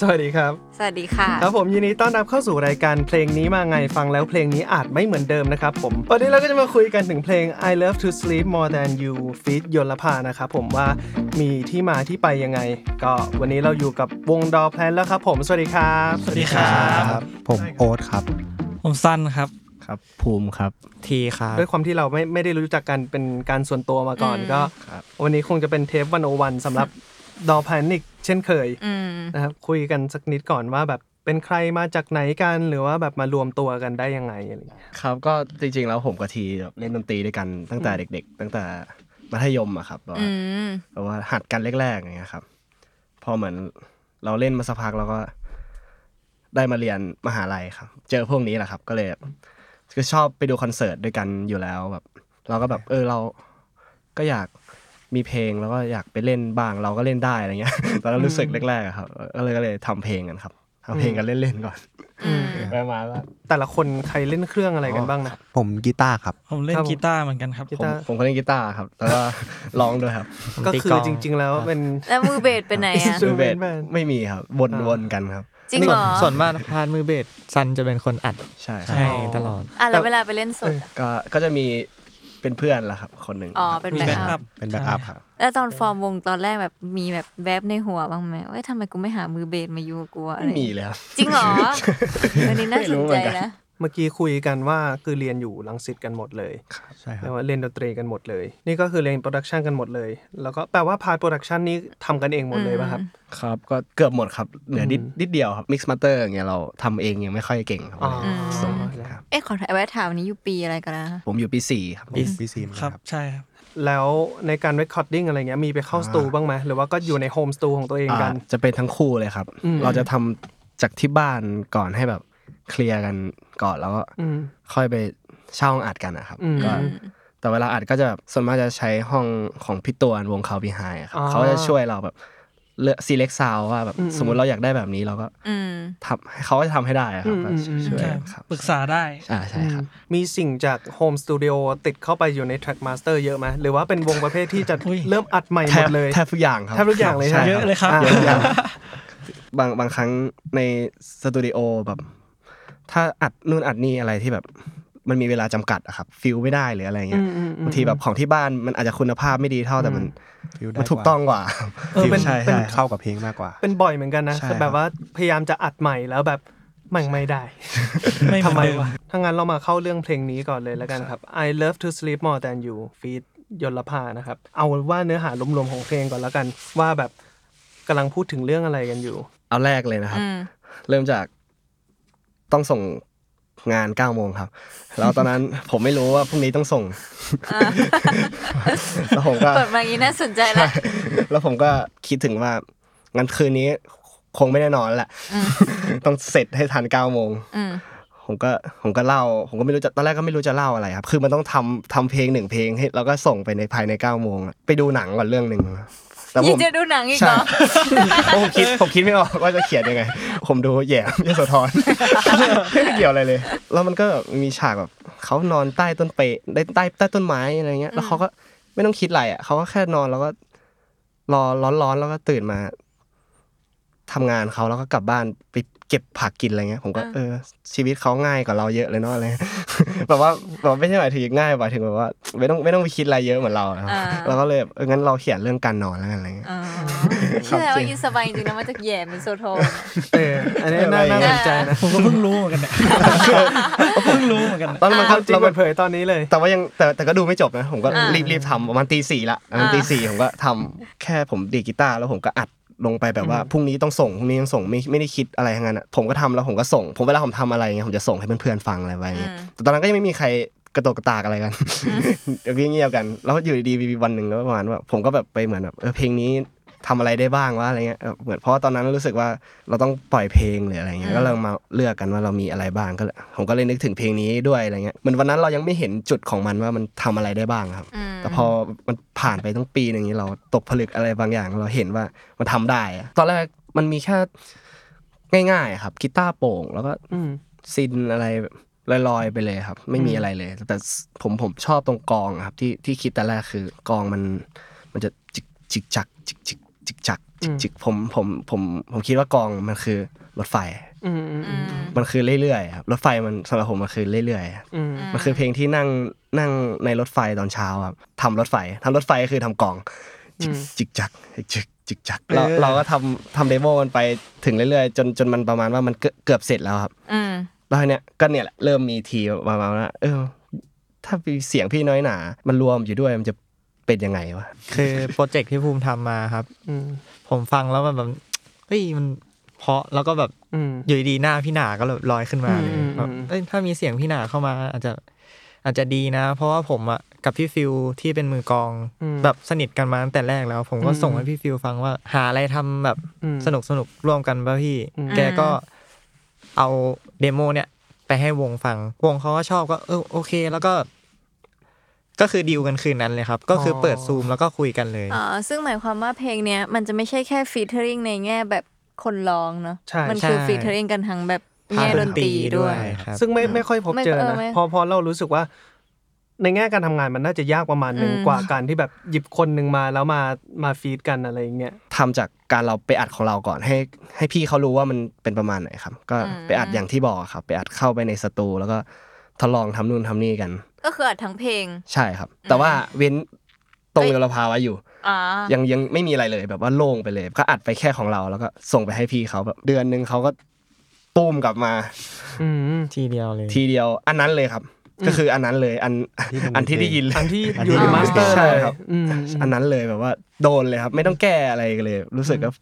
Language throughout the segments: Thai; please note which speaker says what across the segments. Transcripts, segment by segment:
Speaker 1: สวัสดีครับ
Speaker 2: สวัสดีค่ะ
Speaker 1: ครับผมยินดีต้อนรับเข้าสู่รายการเพลงนี้มาไงฟังแล้วเพลงนี้อาจไม่เหมือนเดิมนะครับผมวันนี้เราก็จะมาคุยกันถึงเพลง I Love to Sleep More Than You feat ยลภานะครับผมว่ามีที่มาที่ไปยังไง ก็วันนี้เราอยู่กับวงดอแพลนแล้วครับผมสวัสดีครับ
Speaker 3: สวัสดีครับ
Speaker 4: ผมโอ๊ตครับ
Speaker 3: ผมสั้นครับ
Speaker 4: ครับ ภูมิครับ
Speaker 3: ทีครับ
Speaker 1: ด้วยความที่เราไม่ไม่ได้รู้จักกันเป็นการส่วนตัวมาก่อน
Speaker 2: อืม
Speaker 1: ก็
Speaker 4: ครับ
Speaker 1: วันนี้คงจะเป็นเทปวันโอวันสำหรับดอแพนิกเช่นเคย
Speaker 2: อืม
Speaker 1: นะครับคุยกันสักนิดก่อนว่าแบบเป็นใครมาจากไหนกันหรือว่าแบบมารวมตัวกันได้ยังไงอะไรอย่างเงี้ย
Speaker 4: ครับก็จริงๆแล้วผมกับทีแบบเล่นดนตรีด้วยกันตั้งแต่เด็ก ๆ ตั้งแต่มัธยมอะครับแบบ
Speaker 2: อื
Speaker 4: ว่าม แบบว่าหัดกันแรกๆอย่างเงี้ยครับ พอเหมือนเราเล่นมาสักพักเราก็ ได้มาเรียนมหาลัยครับ เจอพวกนี้แหละครับ ก็เลยก็ชอบไปดูคอนเสิร์ตด้วยกันอยู่แล้วแบบ เราก็แบบ เออเราก็อยากมีเพลงแล้วก็อยากไปเล่นบ้างเราก็เล่นได้อะไรเงี้ย ตอนนั้นรู้สึกแรกๆอะครับก็เลยก็เลยทำเพลงกันครับทำเพลงกันเล่นๆก่อน
Speaker 2: อืม
Speaker 4: ไปมาก็
Speaker 1: แต่ละคนใครเล่นเครื่องอะไรกันบ้างนะ
Speaker 5: ผมกีตาร์ครับ
Speaker 3: ผมเล่น
Speaker 1: ครับผม
Speaker 3: กีตาร์เหมือนกันครับ
Speaker 1: กี
Speaker 4: ผม
Speaker 1: ตาร์
Speaker 4: ผมก็เล่นกีตาร์ครับ แล้วก็ ร้องด้วยครับ
Speaker 1: ก็
Speaker 3: ตี
Speaker 1: คื
Speaker 3: กล
Speaker 1: อ
Speaker 3: อง
Speaker 1: จริง ๆ แล้วเป็น
Speaker 2: แล้วมือเบสเป็นไหนอ่ะ
Speaker 1: ซึ่ Instrument ง
Speaker 4: เบส
Speaker 1: band
Speaker 4: ไม่มีครับ วน
Speaker 1: อ่า
Speaker 4: วนกันครับ
Speaker 2: จริงเหรอ
Speaker 3: ส่วนมากพาดมือเบสซันจะเป็นคนอัด
Speaker 4: ใช่ครับ
Speaker 3: ให้ตลอด
Speaker 2: อ่ะแล้วเวลาไปเล่นสดอะ
Speaker 4: ก็ก็จะมีเป็นเพื่อนละครับ คนหนึ่ง
Speaker 2: อ๋อ เป็น
Speaker 3: มี
Speaker 2: แบ็ค
Speaker 3: แบ็
Speaker 2: อัพ
Speaker 3: กอัพ
Speaker 5: เป็นแบ็กอัพครับ
Speaker 2: แล้วตอนฟอร์มวงตอนแรกแบบมีแบบแวบในหัวบ้างไหมเอ้ยทำไมกูไม่หามือเบสมาอยู่กับกูอะอะไร
Speaker 4: ไม่มีเลยครับ
Speaker 2: จริงเหรอ อันนี้น่า
Speaker 4: ไม่
Speaker 2: ส
Speaker 4: รู้
Speaker 2: น
Speaker 4: เหมื
Speaker 2: ใจ
Speaker 4: อนกัน
Speaker 2: นะ
Speaker 1: เมื่อกี้คุยกันว่าคือเรียนอยู่ลังสิตกันหมดเลย
Speaker 5: ใช่ครั
Speaker 1: แปล
Speaker 5: บ
Speaker 1: ว่าเรียนดนตรีกันหมดเลย นี่ก็คือเรียนโปรดักชันกันหมดเลย แล้วก็แปลว่าพาร์ทโปรดักชันนี้ทำกันเองหมดเลยป่ะครับ
Speaker 4: ครับ ก็เกือบหมดครับ เหลือนิดนิดเดียวครับ มิกซ์มาสเตอร์อย่างเงี้ยเราทำเองยังไม่ค่อยเก่งครับ
Speaker 1: อ๋อ
Speaker 4: อะไร
Speaker 1: อ
Speaker 4: เงี้ย
Speaker 2: ม
Speaker 4: ส่ง
Speaker 1: แล้ว
Speaker 4: ครับ
Speaker 2: เอ๊ะขอถามแวะถามวันนี้อยู่ปีอะไรกันนะ
Speaker 4: ผมอยู่ปีสี่ครับ
Speaker 5: ผมพีซีน
Speaker 3: ครับ
Speaker 5: ครับ
Speaker 3: ใช่ครับ
Speaker 1: แล้วในการเรคคอร์ดดิ้งอะไรเงี้ยมีไปเข้าสตูบ้างไหมหรือว่าก็อยู่ในโฮมสตูของตัวเองกัน
Speaker 4: อ่าจะเป็นทั้งคู่เลยครับ
Speaker 1: อืม
Speaker 4: เราจะทำจากที่บ้านก่อนให้แบบเคลียร์กันก่อนแล้วก็
Speaker 1: อืม
Speaker 4: ค่อยไปเช่าห้องอัดกันนะครับ
Speaker 1: อืม
Speaker 4: ก็แต่เวลาอัดก็จะแบบส่วนมากจะใช้ห้องของพี่ตวนวงเขาพี่ไฮอะครับ
Speaker 1: อ๋อ
Speaker 4: เขาจะช่วยเราแบบเลือกซีเล็กซาวว่าแบบ
Speaker 1: อืม
Speaker 4: สมมติเราอยากได้แบบนี้เราก็
Speaker 2: อืม
Speaker 4: ทำให้เขาก็จะทำให้ได้อะครับ
Speaker 1: อืม
Speaker 4: ก็
Speaker 1: อืม
Speaker 4: ช่วย
Speaker 3: ใช่
Speaker 4: กันครับ
Speaker 3: ปรึกษาได้
Speaker 4: อ่าใช่ครับ
Speaker 1: มีสิ่งจากโฮมสตูดิโอติดเข้าไปอยู่ในแทร็กมาสเตอร์เยอะไหมหรือว่าเป็นวงประเภทที่จะ
Speaker 3: อุ๊ย
Speaker 1: เริ่มอัดใหม่ห
Speaker 4: แท
Speaker 1: ม
Speaker 4: บ
Speaker 1: ดเลย
Speaker 4: แทบทุกอย่างครับ
Speaker 1: แทบทุกอย่างเลยใช่
Speaker 4: ใช่
Speaker 1: ไหม
Speaker 3: เยอะเลยครับ
Speaker 1: อ่ะ
Speaker 4: เยอะอย่าง บางบางครั้งในสตูดิโอแบบ ถ้าอัดนู่นอัดนี่อะไรที่แบบ มันมีเวลาจำกัดอะครับฟิลไม่ได้หรืออะไรเงี้ย
Speaker 1: อืมอืมอืม
Speaker 4: บางทีแบบของที่บ้านมันอาจจะคุณภาพไม่ดีเท่าแต่มัน
Speaker 5: ฟิลได้
Speaker 4: มันถูกต้องกว่า
Speaker 1: เออเป็น
Speaker 4: ใช่
Speaker 1: เป็น
Speaker 4: ใช่ค
Speaker 5: เข้า
Speaker 4: รับ
Speaker 5: กับเพลงมากกว่า
Speaker 1: เป็นบ่อยเหมือนกันนะ
Speaker 4: ใช่
Speaker 1: แต่แบบ
Speaker 4: ครับ
Speaker 1: ว่าพยายามจะอัดใหม่แล้วแบบแม่งไม่ได้
Speaker 3: ไม่เห
Speaker 1: ทำ
Speaker 3: มือน
Speaker 1: ไม
Speaker 3: เดิม
Speaker 1: วะถ้างั้นเรามาเข้าเรื่องเพลงนี้ก่อนเลยแล้วกันครับ I love to sleep more than you feat ยลภานะครับ เอาว่าเนื้อหารวมๆของเพลงก่อนแล้วกัน ว่าแบบกำลังพูดถึงเรื่องอะไรกันอยู่
Speaker 4: เอาแรกเลยนะครับ
Speaker 2: อืม
Speaker 4: เริ่มจากต้องส่งงานเก้าโมงครับ แล้วตอน นั้น ผมไม่รู้ว่าพรุ่งนี้ต้องส่ งแล้วผมก็
Speaker 2: เปิดมาอย่างนี้น่าสนใจละ
Speaker 4: แล้วผมก็คิดถึงว่างั้นคืนนี้คงไม่ได้นอนแล้วแหละ ต้องเสร็จให้ทันเก้าโมง
Speaker 2: อืม
Speaker 4: ผมก็ผมก็เล่า ผมก็ไม่รู้จะตอนแรกก็ไม่รู้จะเล่าอะไรครับ คือมันต้องทำทำเพลงหนึ่งเพลงให้แล้วก็ส่งไปในภายในเก้าโมงอะไปดูหนังก่อนเรื่องหนึ่งแต่ผ
Speaker 2: ยัง
Speaker 4: ม
Speaker 2: จะดูหนังอีกเหรอ
Speaker 4: เพราะผมคิดผมคิดไม่อ อกว่าจะเขียนยังไง ผมดูแหย่ ยโสธรไม่เกี่ยวอะไรเลย แล้วมันก็แบบมีฉากแบบเขานอนใต้ต้นเปรได้ใต้ใต้ต้นไม้อะไรเงี้ย แล้วเขาก็ไม่ต้องคิดอะไรอ่ะเขาก็แค่นอนแล้วก็ รอร้อนๆแล้วก็ตื่นมาทำงานเขาแล้วก็กลับบ้านไปเก็บผักกินอะไรเงี้ย ผมก็
Speaker 2: อ่า
Speaker 4: เออ ชีวิตเขาง่ายกว่าเราเยอะเลยเนาะอะไรเงี้ย แบบว่าแบบไม่ใช่หมายถึงง่ายหมายถึงแบบว่า ไม่ต้องไม่ต้องไปคิดอะไรเยอะเหมือนเราอะครับเราก็เลยแบบเอองั้นเราเขียนเรื่องการนอนแล้วกันอะไรเงี้ย
Speaker 2: อ๋อใช่ว่าอีสบายจริงๆนะมาจากแย่เป็นโซโทน
Speaker 1: เออ อันนี้น่า
Speaker 4: อะไร
Speaker 1: น่า
Speaker 4: อ่ะ
Speaker 1: สนใจนะ
Speaker 3: ผมก็เพิ่งรู้เหมือนกัน เนี่ย เพิ่งรู้เหมือนกันเนี่ย
Speaker 4: ตอนนั้นมันก็
Speaker 1: เอาจริง
Speaker 4: เรา
Speaker 1: เปิ
Speaker 4: มัน
Speaker 1: ดเผยตอนนี้เลย
Speaker 4: แต่ว่ายังแต่แต่ก็ดูไม่จบนะ ผมก็
Speaker 2: อ่า
Speaker 4: รีบรีบทำประมาณตีสี่ละประมาณ
Speaker 2: อ่า
Speaker 4: ตีสี่ผมก็ทำแค่ผมดีดกีตาร์แล้วผมก็อัดลงไปแบบว่าพรุ่งนี้ต้องส่งพรุ่งนี้ต้องส่งไม่ไม่ได้คิดอะไรทั้งนั้นอะผมก็ทำแล้วผมก็ส่ง ผมเวลาผมทำอะไรเงี้ยผมจะส่งให้เพื่อนๆฟังอะไรไปเงี้ยแต่ตอนนั้นก็ยังไม่มีใครกระโตกกระตากอะไรกัน เงียบเงียบๆกันแล้วอยู่ดีๆมีวันหนึ่งแล้วประมาณว่าผมก็แบบไปเหมือนแบบเออเพลงนี้ทำอะไรได้บ้างวะอะไรเงี้ยเออเหมือนเพราะว่าตอนนั้นรู้สึกว่าเราต้องปล่อยเพลงหรืออะไรเงี้ยก็เรามาเลือกกันว่าเรามีอะไรบ้างก็เลยผมก็เลยนึกถึงเพลงนี้ด้วยอะไรเงี้ยเหมือนวันนั้นเรายังไม่เห็นจุดของมันว่ามันทำอะไรได้บ้างครับ
Speaker 2: อืม
Speaker 4: แต่พอมันผ่านไปตั้งปีหนึ่งนี้เราตกผลึกอะไรบางอย่าง เราเห็นว่ามันทำได้อะตอนแรกมันมีแค่ง่ายๆอะครับกีตาร์โปร่งแล้วก็
Speaker 1: อืม
Speaker 4: ซินอะไรแบบลอยๆไปเลยครับ ไม่มีอะไรเลย แต่ผมผมชอบตรงกองอะครับที่ที่คิดแต่แรกคือกองมัน มันจะจิกจิกจักจิกจิกจิกจักจิกจิกผมผมผมผมคิดว่ากองมันคือรถไฟ
Speaker 1: อืมอืม
Speaker 2: อืม
Speaker 4: มันคือเรื่อยๆครับรถไฟมันสำหรับผมมันคือเรื่อยๆ
Speaker 1: อืม
Speaker 4: มันคือเพลงที่นั่งนั่งในรถไฟตอนเช้าครับทำรถไฟทำรถไฟก็คือทำกล่อง จิกจิกจักจิกจิกจักเราเราก็ทำทำเดโมมันไปถึงเรื่อยๆ จนจนมันประมาณว่ามันเกือบเกือบเสร็จแล้วครับ
Speaker 2: อืม
Speaker 4: แล้วทีเนี้ยก็เนี่ยแหละเริ่มมีทีประมาณว่าเออ ถ้ามีเสียงพี่น้อยหนา มันรวมอยู่ด้วยมันจะเป็นยังไงวะ
Speaker 6: คือโปรเจกต์ที่ภูมิทำมาครับ
Speaker 1: อืม
Speaker 6: ผมฟังแล้วมันแบบเฮ้ยมันเพราะแล้วก็แบบ
Speaker 1: อืม
Speaker 6: อยู่ดีๆหน้าพี่หนาก็ลอยขึ้นมาเลย
Speaker 1: อืม
Speaker 6: แบบ
Speaker 1: อืม
Speaker 6: เอ้ยถ้ามีเสียงพี่หนาเข้ามา อาจจะอาจจะดีนะ เพราะว่าผมอะกับพี่ฟิวที่เป็นมือกลอง
Speaker 1: อืม
Speaker 6: แบบสนิทกันมาตั้งแต่แรกแล้ว ผมก็
Speaker 1: อืม
Speaker 6: ส่งให้พี่ฟิวฟังว่า หาอะไรทำแบบ
Speaker 1: อืม
Speaker 6: สนุกสนุกๆร่วมกันป่ะพี่
Speaker 1: อืม
Speaker 6: แกก็เอาเดโมเนี่ย ไปให้วงฟัง วงเขาก็ชอบก็เออโอเค แล้วก็ ก็คือดีลกันคืนนั้นเลยครับ ก็คือเปิดซูมแล้วก็คุยกันเลย
Speaker 2: เอ่อซึ่งหมายความว่าเพลงเนี้ยมันจะไม่ใช่แค่ฟีเจอริงในแง่แบบคนร้องเนาะ
Speaker 1: ใช่
Speaker 2: มัคือ
Speaker 6: ใช่
Speaker 2: ฟีเจอริงกันทั้งแบบแง่ดนตรีด้วย
Speaker 6: ครับ
Speaker 1: ซึ่งไม่ไม่ค่อยพบ
Speaker 2: ไม่
Speaker 1: เจอ
Speaker 2: เออ
Speaker 1: นะ
Speaker 2: ไม่
Speaker 1: เพอพอเรารู้สึกว่า ในแง่การทำงานมันน่าจะยากประมาณหนึ่ง
Speaker 2: อืม
Speaker 1: กว่าการที่แบบหยิบคนหนึ่งมาแล้วมามาฟีดกันอะไรอย่างเงี้ย
Speaker 4: ทำจากการเราไปอัดของเราก่อนให้ให้พี่เขารู้ว่ามันเป็นประมาณไหนครับ ก็
Speaker 2: อืม
Speaker 4: ไปอัดอย่างที่บอกครับ ไปอัดเข้าไปในสตูแล้วก็ทดลองทำนู่นทำนี่กัน
Speaker 2: ก็คืออัดทั้งเพลง
Speaker 4: ใช่ครับ แต่ว่าเว้นตรง
Speaker 2: เอ้ย
Speaker 4: เวลาภาวะอยู่
Speaker 2: อ่า
Speaker 4: ยังยังไม่มีอะไรเลยแบบว่าโล่งไปเลย ก็อัดไปแค่ของเราแล้วก็ส่งไปให้พี่เขาแบบเดือนหนึ่งเขาก็ตูมกลับมา
Speaker 1: อืม
Speaker 6: ทีเดียวเลย
Speaker 4: ทีเดียวอันนั้นเลยครับ ก็คืออันนั้นเลยอันอันที่ได้ยินเลย
Speaker 1: อันที่
Speaker 5: อันที่
Speaker 1: อยู่ในมาสเตอร์
Speaker 4: ใช่
Speaker 1: เลย
Speaker 4: ครับ
Speaker 1: อืม
Speaker 4: อันนั้นเลยแบบว่าโดนเลยครับ ไม่ต้องแก้อะไรเลย รู้สึกว่า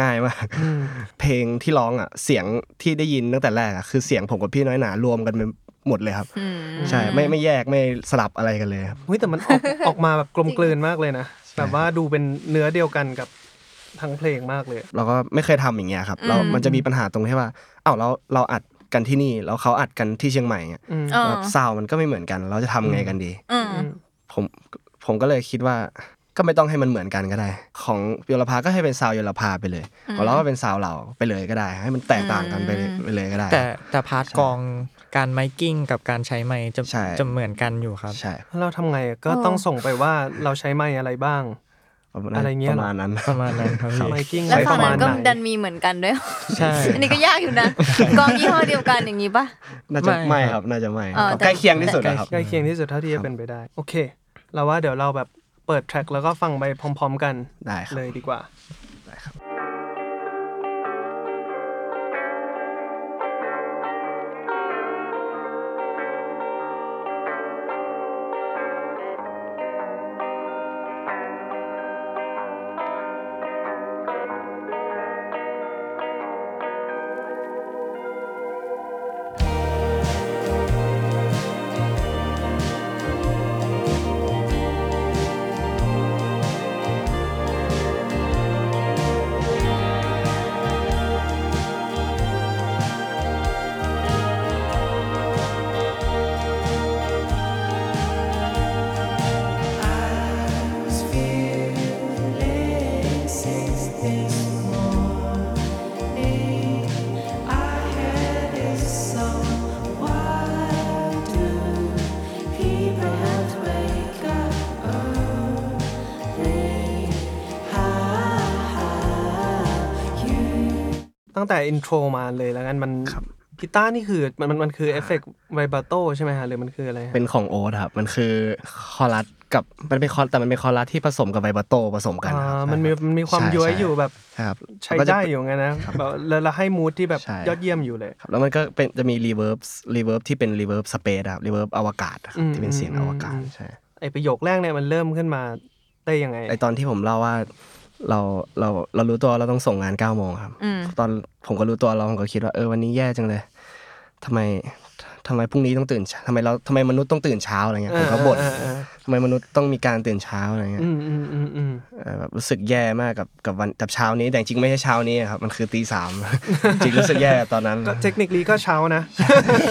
Speaker 4: ง่ายมาก
Speaker 1: อืม
Speaker 4: เพลงที่ร้องอ่ะเสียงที่ได้ยินตั้งแต่แรกอ่ะคือเสียงผมกับพี่น้อยหนารวมกันเป็นหมดเลยครับ
Speaker 2: อืม
Speaker 4: ใช่ไม่ไม่แยกไม่สลับอะไรกันเลยครับ
Speaker 1: เฮ้ยแต่มันออก ออกมาแบบกลมกลืนมากเลยนะแบบว่าดูเป็นเนื้อเดียวกันกับทั้งเพลงมากเลย
Speaker 4: เราก็ไม่เคยทำอย่างเงี้ยครับเรา
Speaker 2: อืม
Speaker 4: มันจะมีปัญหาตรงที่ว่าอ้าวเราเราอัดกันที่นี่แล้วเขาอัดกันที่เชียงใหม่เงี้ย
Speaker 1: อืม
Speaker 2: อ๋อ
Speaker 4: แล้วซาวด์มันก็ไม่เหมือนกัน เราจะทำไงกันดี
Speaker 2: อืม
Speaker 1: ม
Speaker 4: ผมผมก็เลยคิดว่าก็ไม่ต้องให้มันเหมือนกันก็ได้ ของโยลภาก็ให้เป็นซาวด์โยลภาไปเลยของเราก็เป็นซาวด์เราไปเลยก็ได้ ให้มันแตกต่างกันไปเลย
Speaker 2: อืม
Speaker 4: ไปเลยก็ได้
Speaker 6: แต่แต่พาร์ทกลองการไมค์กิ้งกับการใช้ไมค์จะ
Speaker 4: ใช่
Speaker 6: จะเหมือนกันอยู่ครับ
Speaker 4: ใช่
Speaker 1: แล้วเราทำไงอะก็ต้องส่งไปว่าเราใช้ไม้อะไรบ้าง
Speaker 4: ประมาณ
Speaker 1: อะไรเงี้ย
Speaker 4: ประมาณนั้น
Speaker 6: ประมาณนั้นครับ
Speaker 1: ไม
Speaker 6: พี่
Speaker 1: ค์กิ้ง
Speaker 2: แล้ว
Speaker 1: ไว้ป
Speaker 2: ฝั่ง
Speaker 1: ระมาณ
Speaker 2: นั้น
Speaker 1: ไห
Speaker 2: ก็
Speaker 1: น
Speaker 2: ดันมีเหมือนกันด้วย
Speaker 6: ใช่
Speaker 2: อันนี้ก็ยากอยู่นะ กองยี่ห้อเดียวกันอย่างนี้ปะ
Speaker 4: น่าจะ
Speaker 6: ไม่
Speaker 4: ไม่
Speaker 6: ค
Speaker 4: ค
Speaker 6: รั
Speaker 4: รับ บน่าจะไม่
Speaker 2: เออแต่
Speaker 4: ใกล้เคียงที่สุดนะครับ
Speaker 1: ใกล้เคียงที่สุดเท่าที่จะเป็นไปได้ โอเค เราว่าเดี๋ยวเราแบบเปิดแทร็กแล้วก็ฟังไปพร้อม ๆ กัน
Speaker 4: ได้ครับ
Speaker 1: เลยดีกว่า ตั้งแต่อินโทรมาเลยแล้วกันมันกีตาร์นี่คือมันมันมันคือเอฟเฟกต์ไวบราโตใช่ไหมฮะหรือมันคืออะไรฮะ
Speaker 4: เป็นของโอ๊ตครับมันคือคอรัสกับมันเป็นคอร์สแต่มันเป็นคอรัสที่ผสมกับไวบราโตผสมกัน
Speaker 1: อ่
Speaker 4: ครับ
Speaker 1: ามันมีมันมีความ
Speaker 4: ใช่
Speaker 1: ย้วย
Speaker 4: ใช่
Speaker 1: อยู่แบบ
Speaker 4: ครับ
Speaker 1: ใช้
Speaker 4: แล้วก็จะ
Speaker 1: ได้อยู่ไงนะแบบแล้วแล้วให้มูทที่แบบ
Speaker 4: ใช่
Speaker 1: ยอดเยี่ยมอยู่เลย
Speaker 4: ครับแล้วมันก็เป็นจะมีรีเวิร์บรีเวิร์บที่เป็นรีเวิร์บสเปซครับรีเวิร์บอวกาศนะครับ
Speaker 1: อืม
Speaker 4: ที่เป็นเสียง
Speaker 1: อืม
Speaker 4: อวกาศ
Speaker 1: อืม
Speaker 4: ใช่
Speaker 1: ไอประโยคแรกเนี่ยมันเริ่มขึ้นมาได้ยังไง
Speaker 4: ไอตอนที่ผมเล่าว่าเราเราเรารู้ตัวเราต้องส่งงาน9ก้าโมงครับ
Speaker 2: อืม
Speaker 4: ตอนผมก็รู้ตัวเราผมก็คิดว่าเออวันนี้แย่จังเลยทำไม ทำไมพรุ่งนี้ต้องตื่นเช้าทำไมเราทำไมมนุษย์ต้องตื่นเช้าอะไรเงี้ยผมก็บ่น
Speaker 1: เออเออเออ
Speaker 4: ทำไมมนุษย์ต้องมีการตื่นเช้าอะไรเงี้ย
Speaker 1: อืมอืมอืมอืม
Speaker 4: เออแบบรู้สึกแย่มากกับกับวันกับเช้านี้แต่จริงๆไม่ใช่เช้านี้ครับมันคือตี สาม จริงรู้สึกแย่ตอนนั้น
Speaker 1: ก็เทคนิคลีก็เช้านะ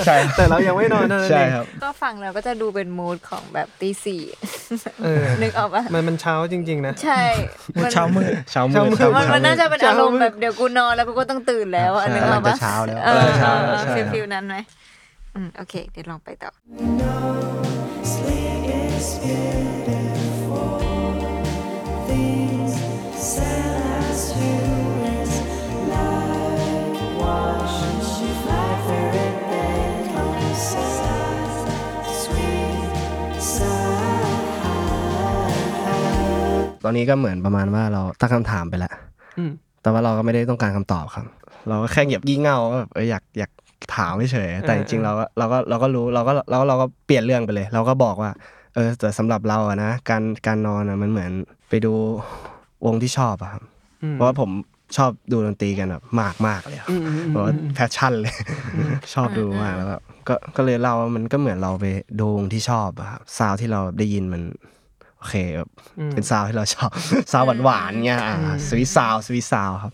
Speaker 4: ใช่
Speaker 1: แต่เรายังไม่นอนนั่นเอง
Speaker 4: ใช่ครับ
Speaker 2: ก็ฟังแล้วก็จะดูเป็นมูดของแบบตีสี่
Speaker 1: เออ
Speaker 2: นึกออกปะ
Speaker 1: มันมันเช้าจริง ๆ นะ
Speaker 2: ใช่มัน
Speaker 3: เช้ามืด
Speaker 4: เช้ามื
Speaker 1: เช้า
Speaker 4: ด
Speaker 1: มืด
Speaker 4: เช้า
Speaker 2: มัน
Speaker 4: มื
Speaker 2: มัน
Speaker 4: ด
Speaker 2: น่าจะเป็นอารมณ์แบบเดี๋ยวกูนอนแล้วกูก็ต้องตื่นแล้วอะ
Speaker 4: ใช่
Speaker 2: นึกออกปะ
Speaker 4: มันจะเช้าแล้ว
Speaker 2: เออ
Speaker 4: เช้า
Speaker 2: เออ
Speaker 4: ใช่
Speaker 2: ฟิลฟิลนั้นไหมอืมโอเค เดี๋ยวลองไปต่อ
Speaker 4: ตอนนี้ก็เหมือนประมาณว่าเราตั้งคำถามไปแล้ว
Speaker 1: อืม
Speaker 4: แต่ว่าเราก็ไม่ได้ต้องการคำตอบครับ เราก็แค่เหยียบยี่เง่าว่าแบบเอออยากอยากถามเฉยๆแต่จริงๆเราก็เราก็เราก็รู้เราก็เราก็เราก็เปลี่ยนเรื่องไปเลย เราก็บอกว่า เออแต่สำหรับเราอะนะการการนอนอะมันเหมือนไปดูวงที่ชอบอะครับ
Speaker 1: อืม
Speaker 4: เพราะว่าผมชอบดูดนตรีกันแบบมากมากๆเลยครับ
Speaker 1: อืมอืม
Speaker 4: เพ
Speaker 1: อื
Speaker 4: ราะว่าม แพชชั่นเลย ชอบดูมากแล้วก็ก็ก็เลยเล่าว่ามันก็เหมือนเราไปดูวงที่ชอบอะครับซาวด์ที่เราได้ยินมันโอเคแบบ
Speaker 1: อืม
Speaker 4: เป็นซาวที่เราชอบ ซาวหวานๆเงี้ยอ่าสวิซาวสวิซาวครับ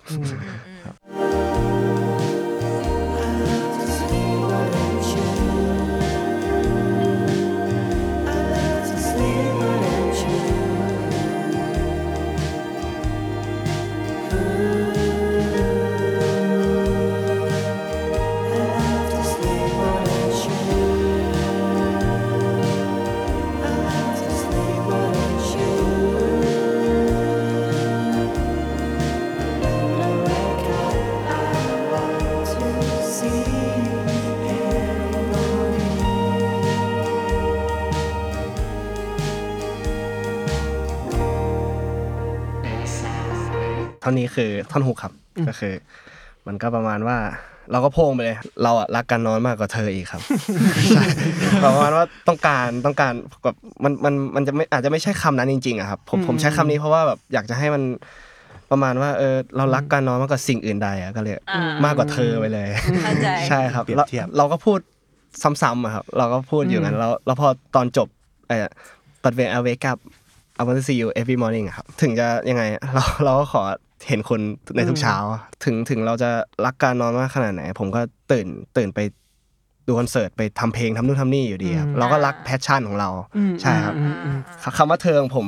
Speaker 4: เท่านี้คือท่อนฮุกครับ ก็คือ มันก็ประมาณว่า เราก็โพงไปเลย เราอะรักการนอนมากกว่าเธออีก ครับ ใช่ประมาณว่าต้องการต้องการแบบมันมันมันจะไม่อาจจะไม่ใช่คำนั้นจริงๆอะครับผมผมใช้คำนี้เพราะว่าแบบอยากจะให้มันประมาณว่าเออเรารักการนอนมากกว่าสิ่งอื่นใดอะก็เลย
Speaker 2: อ่าม
Speaker 4: มากกว่าเธอไปเลย
Speaker 2: เข้าใจ
Speaker 4: ใช่ครับ
Speaker 5: เปรียบ
Speaker 4: เรา
Speaker 5: เทียบ
Speaker 4: เราก็พูดซ้ำๆอะครับ เราก็พูดอยู่งั้นแล้วแล้วพอตอนจบไอ้ปัดเวอเวกับ I want to see you every morning อะครับ ถึงจะยังไงอะ เราเราก็ขอเห็นคนในทุกเช้าอะถึงถึงเราจะรักการนอนมากขนาดไหน ผมก็ตื่นตื่นไปดูคอนเสิร์ตไปทำเพลงทำนู่นทำนี่อยู่ดีครับ
Speaker 1: อืม
Speaker 4: เราก็รักแพชชั่นของเรา ใช่ครับ
Speaker 1: อืมอืม
Speaker 4: คำว่าเธอของผม